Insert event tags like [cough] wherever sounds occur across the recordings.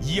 以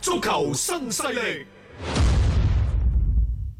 足球新勢力，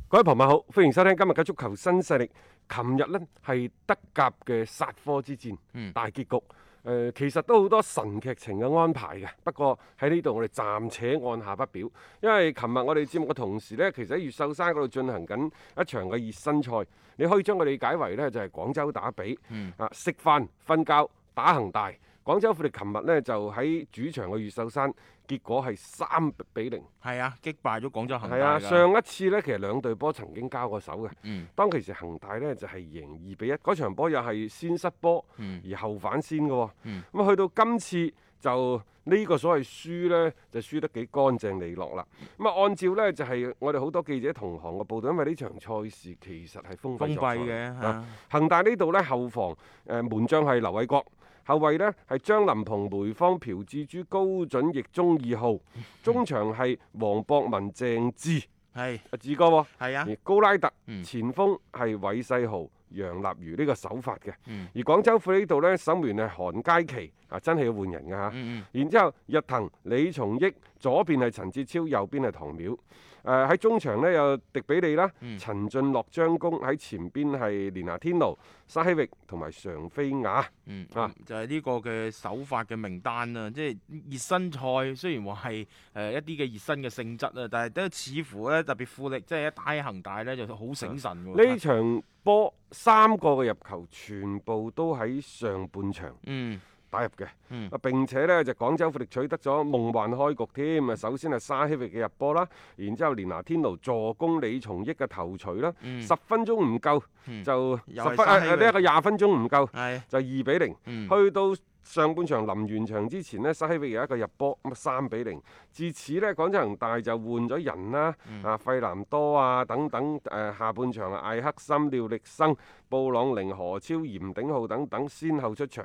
各位朋友好，歡迎收聽今日嘅足球新勢力。琴日呢係德甲嘅殺科之戰、大結局，誒、呃其實都好多神劇情嘅安排嘅。不過喺呢度我哋暫且按下不表，因為琴日我哋節目嘅同時呢，其實喺越秀山嗰度進行緊一場嘅熱身賽，你可以將佢理解為呢就係、廣州打比，啊食飯、瞓覺、打恒大。廣州富力琴日呢就喺主場嘅越秀山，結果係三比零。係啊，擊敗咗廣州恒大係啊，㗎上一次呢，其實兩隊波曾經交過手嘅。嗯當其時恒大呢，就係、贏二比一，嗰場波又係先失波，嗯而後反先嘅喎、嗯咁啊去到今次就呢個所謂輸呢，就輸得幾乾淨利落啦。咁啊，按照呢，就係、我哋好多記者同行嘅報導，因為呢場賽事其實係封閉封作賽閉嘅啊嚇，恒大呢度呢，後防誒、呃、門將係劉偉國，後衞呢係張林鵬、梅方、朴志洙、高準翼、中二 [laughs] 號，中場係黃博文、鄭智、係阿志哥喎，係啊而，高拉特、嗯前鋒係韋世豪、楊立瑜呢個手法嘅。嗯而廣州富力呢度呢，守門員係韓佳琪，啊真係要換人㗎嚇。嗯然之後，日騰、李松益，左邊係陳志超，右邊係唐淼。誒、喺中場呢，有迪比利啦、嗯陳俊樂、張公，喺前邊係連拿天奴、沙希域同埋常飛雅。嗯啊嗯，就係呢個嘅手法嘅名單啦，即係熱身賽雖然話係呃誒一啲嘅熱身嘅性質啦，但係都似乎咧特別富力即係一打起恒大咧就好醒神喎。呢場波三個嘅入球全部都喺上半場嗯打入嘅。嗯啊並且呢，就廣州富力取得咗夢幻開局添啊！首先係沙希域嘅入波啦，然之後連拿天奴助攻李松益嘅頭槌啦，嗯十分鐘唔夠嗯就又十係分沙啊啊希域啊呢一個廿分鐘唔夠係就二比零。嗯去到上半場臨完場之前呢，沙希域有一個入波，咁啊三比零。自此呢，廣州恒大就換咗人啦，嗯啊費南多啊等等，誒、下半場啊艾克森、廖力生、布朗寧、何超、嚴鼎浩等等先後出場，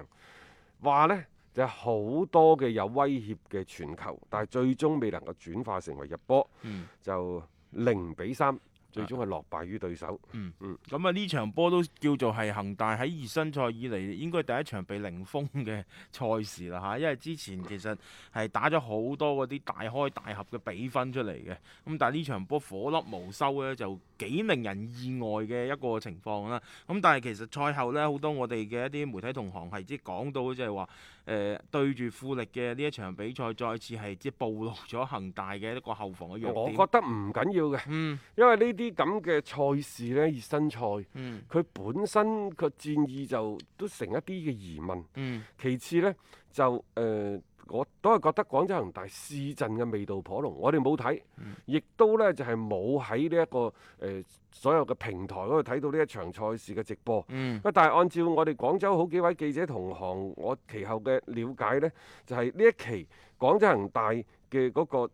話呢，就好多嘅有威脅嘅傳球，但係最終未能夠轉化成為入波，嗯就零比三，最終係落敗於對手。嗯嗯咁啊呢場波都叫做係恒大喺熱身賽以嚟應該第一場被零封嘅賽事啦嚇，因為之前其實係打咗好多嗰啲大開大合嘅比分出嚟嘅，咁但係呢場波火粒無收咧，就幾令人意外嘅一個情況啦。咁但係其實賽後咧，好多我哋嘅一啲媒體同行係即係講到即係話誒嗯對住富力嘅呢一場比賽，再次係即係暴露咗恒大嘅一個後防嘅弱我點覺。得唔緊要嘅，嗯因為呢啲咁嘅賽事呢，熱身賽。嗯佢本身個戰意就都成一啲嘅疑問。嗯其次呢，就誒、呃我都係覺得廣州恒大試陣嘅味道頗濃。我哋冇睇，亦都呢就係冇喺呢一個誒、呃所有嘅平台嗰度睇到呢一場賽事嘅直播。嗯啊但係按照我哋廣州好幾位記者同行，我其後嘅了解呢，就係、呢一期廣州恒大嘅嗰、個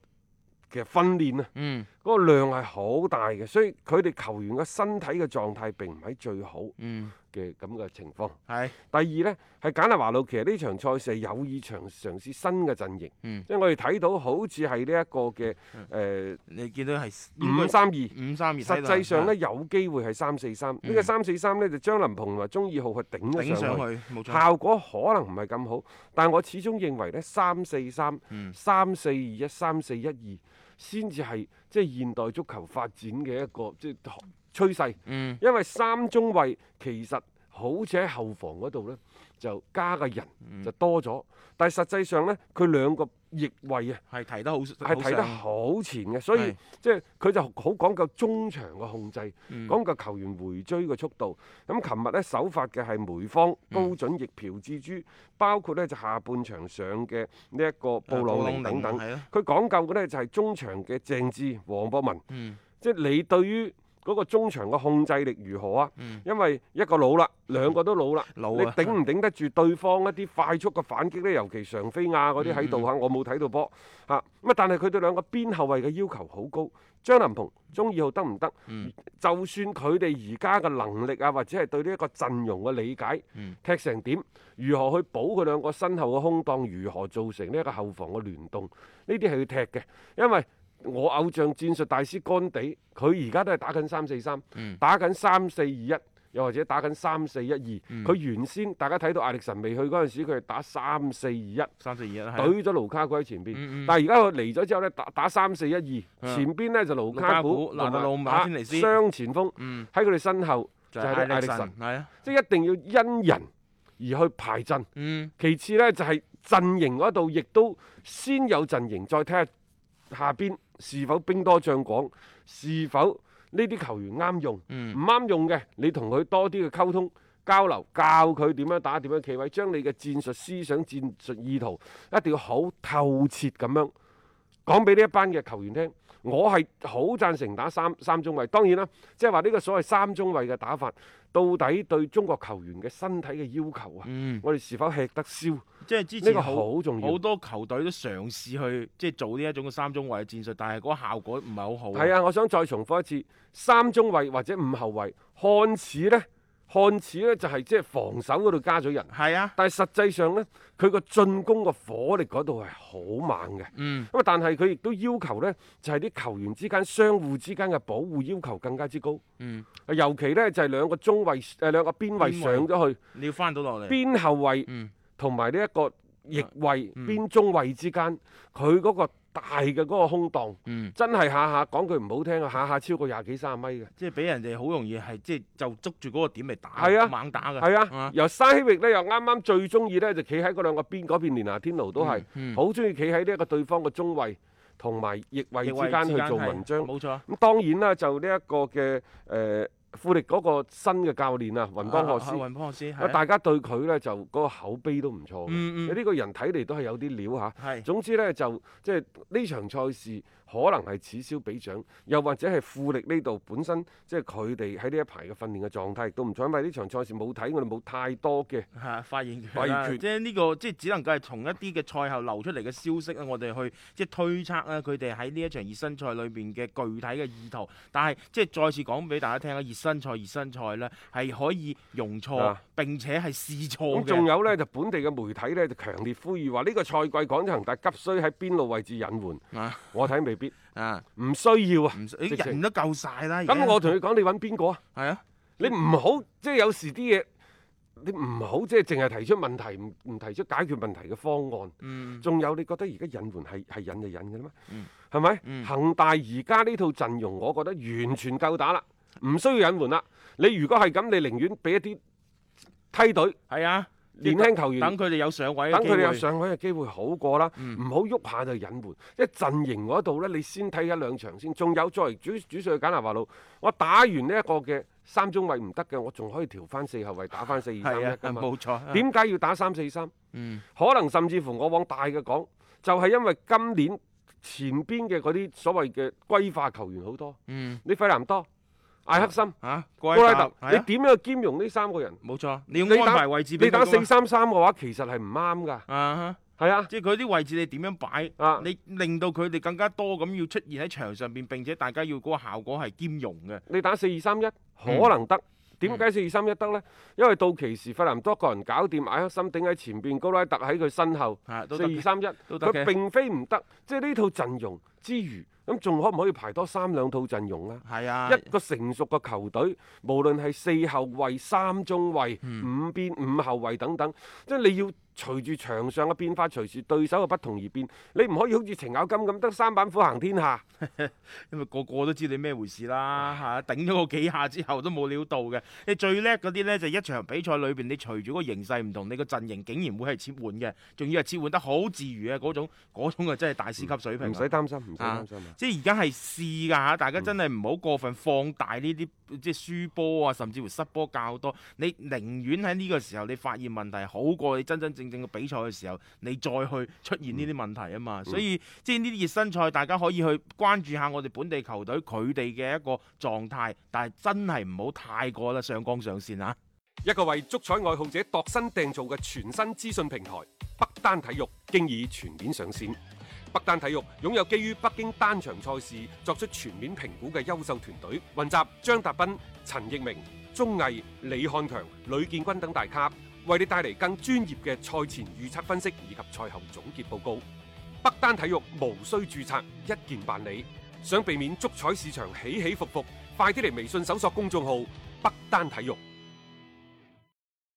嘅訓練啊。嗯嗰個量係好大嘅，所以佢哋球員嘅身體嘅狀態並唔係最好嗯，嘅咁嘅情況。係。第二呢，係簡立華路，其實呢場賽事係有意嘗嘗試新嘅陣型，嗯即係我哋睇到好似係呢一個嘅誒你見到係五三二。五三二，實際上呢，有機會係三四三，呢個三四三呢，就張林鵬同埋鐘二號去頂啊頂咗上上去，去冇錯，效果可能唔係咁好，但我始終認為呢，三四三、嗯三四二一、三四一二先至係即係現代足球發展嘅一個即係趨勢，嗯因為三中衞其實好似喺後防嗰度呢，就加嘅嗯人就多咗，但係實際上呢，佢兩個翼位啊係提得好，係係睇得好前嘅，所以係即係佢就好講究中場嘅控制，嗯講究球員回追嘅速度。咁琴日呢，首發嘅係梅方、高嗯準翼、朴志洙，包括呢就下半場上嘅呢一個布啊朗寧等等。係咯，佢講究嘅呢就係中場嘅鄭智、黃博文，嗯即係你對於嗰個中場嘅控制力如何啊？嗯，因為一個老啦，兩個都老啦，老啊你頂唔頂得住對方一啲快速嘅反擊呢？尤其常飛亞嗰嗯啲喺度嚇，我冇睇到波嚇。咁啊，但係佢對兩個邊後衞嘅要求好高，張林鵬、鍾二號得唔得？嗯就算佢哋而家嘅能力啊，或者係對呢一個陣容嘅理解，嗯踢成點，如何去補佢兩個身後嘅空檔，如何造成呢一個後防嘅聯動，呢啲係要踢嘅，因為。我偶像戰術大師干地，佢而家都係打緊三四三嗯，打緊三四二一，又或者打緊三四一二。嗯佢原先大家睇到艾力神未去嗰陣時，佢係打三四二一，三四二一啦，係啊懟咗盧卡古喺前邊。嗯嗯但係而家佢嚟咗之後呢，打打三四一二，啊前邊呢就盧卡古盧卡古拿到魯馬天尼斯雙前鋒嗯喺佢哋身後就就係係艾艾力力神神，係啊，即係一定要因人而去排陣。嗯其次呢，就係、陣營嗰度，亦都先有陣營，再睇下下邊是否兵多將廣，是否呢啲球員啱用，唔嗯啱、用嘅，你同佢多啲嘅溝通。交流教佢點樣打，點樣企位，將你嘅戰術思想、戰術意圖一定要好透徹咁樣講俾呢一班嘅球員聽。我係好贊成打三三中衞，當然啦，即係話呢個所謂三中衞嘅打法，到底對中國球員嘅身體嘅要求啊，嗯。我哋是否吃得消？即係之呢前個好好重要好。多球隊都嘗試去即係做呢一種嘅三中衞嘅戰術，但係嗰個效果唔係好好。係，啊，我想再重複一次，三中衞或者五後衞，看似呢，看似呢就係即係防守嗰度加咗人，係啊，但係實際上呢，佢個進攻個火力嗰度係好猛嘅。嗯咁啊，但係佢亦都要求呢，就係、啲球員之間相互之間嘅保護要求更加之高。嗯，啊尤其呢，就係、兩個中衞誒、呃、兩個邊邊衞衞上咗去，你要翻到落嚟。邊後衞。嗯同埋呢一個翼位、嗯邊中位之間，佢嗰個大嘅嗰個空檔，嗯，真係下下講句唔好聽啊，下下超過廿幾三十米嘅。即係俾人哋好容易係即係就捉住嗰個點嚟打，係啊猛打㗎。係啊，由沙希域呢，又啱啱最中意呢，就企喺嗰兩個邊嗰邊，連拿天奴都係嗯嗯好中意企喺呢一個對方嘅中位同埋翼位翼之位間去間做係文章。冇錯。咁當然啦，就呢一個嘅誒、呃富力嗰個新嘅教練啊，雲邦啊學啊斯。雲邦學師啊係啊大家對佢呢，就嗰個口碑都唔錯嘅，嗯嗯呢個人睇嚟都係有啲料嚇。係總之呢，就即係呢場賽事可能係此消彼長，又或者係富力呢度本身即係佢哋喺呢一排嘅訓練嘅狀態亦都唔錯，因為呢場賽事冇睇，我哋冇太多嘅。係啊發現發佢現啦，佢即係呢個即係只能夠係從一啲嘅賽後流出嚟嘅消息啊，我哋去即係推測啊，佢哋喺呢一場熱身賽裏邊嘅具體嘅意圖。但係即係再次講俾大家聽啊，熱身賽熱身賽咧係可以容錯啊並且係試錯咁仲嘅。有呢，就本地嘅媒體呢，就強烈呼籲話呢個賽季廣州恒大急需喺邊路位置引援啊，我睇未必，啊，唔需要啊。唔直啲情人都夠晒啦。而家咁我同你講，你揾邊個啊？係啊，你唔好即係有時啲嘢，你唔好即係淨係提出問題，唔唔提出解決問題嘅方案。嗯，仲有你覺得而家引援係係引就引嘅啦嗯咩？係咪、嗯恒大而家呢套陣容，我覺得完全夠打啦，唔需要引援啦。你如果係咁，你寧願俾一啲梯隊係啊，年輕球員。等佢哋有上位嘅等啊機佢哋有會上位嘅機會好過啦，嗯唔好喐下就引援。即係陣型嗰度呢，你先睇一兩場先。仲有作為主主帥嘅簡拿華路，我打完呢一個嘅三中衞唔得嘅，我仲可以調翻四後衞打翻四二三一係啊，㗎嘛。冇錯。？點解要打三四三？嗯可能甚至乎我往大嘅講，就係、因為今年前邊嘅嗰啲所謂嘅歸化球員好多，嗯，你費南多、艾克森、嚇，高高拉特，係你啊點樣兼容呢三個人？冇錯，你要你安打排位置俾你打佢㗎四嘛三三嘅話，其實係唔啱㗎，啊哈。係啊。即係佢啲位置你點樣擺，啊你令到佢哋更加多咁要出現喺場上邊，並且大家要嗰個效果係兼容嘅。你打四二三一嗯可能得。點解四二三一得呢？因為到期時費南多個人搞掂，艾克森頂喺前邊，高拉特喺佢身後，啊都四得二嘅三一，都得嘅佢並非唔得，即係呢套陣容之餘，咁仲可唔可以排多三兩套陣容啊？係啊，一個成熟嘅球隊，嗯無論係四後衞、三中衞、五邊五後衞等等，即係你要隨住場上嘅變化，隨住對手嘅不同而變，你唔可以好似程咬金咁得三板斧行天下。因為個個都知你咩回事啦，嚇、頂咗個幾下之後都冇料到嘅。你最叻嗰啲呢，就一場比賽裏邊，你隨住個形勢唔同，你個陣型竟然會係切換嘅，仲要係切換得好自如嘅嗰種，嗰種啊真係大師級水平唔啦使擔心，唔使啊擔心啊！即係而家係試㗎嚇，大家真係唔好過分放大呢啲即係輸波啊，甚至乎失波較多。你寧願喺呢個時候你發現問題，好過你真真正正嘅比賽嘅時候，你再去出現呢啲問題啊嘛。所以即係呢啲熱身賽，大家可以去關注下我哋本地球隊佢哋嘅一個狀態，但係真係唔好太過啦上綱上線啊！一個為足彩愛好者度身訂造嘅全新資訊平台北單體育，經已全面上線。北單體育擁有基於北京單場賽事作出全面評估嘅優秀團隊，雲集張達斌、陳奕明、鐘毅、李漢強、呂建軍等大咖，為你帶嚟更專業嘅賽前預測分析以及賽後總結報告。北單體育無需註冊，一鍵辦理。想避免足彩市場起起伏伏，快啲嚟微信搜索公眾號北單體育。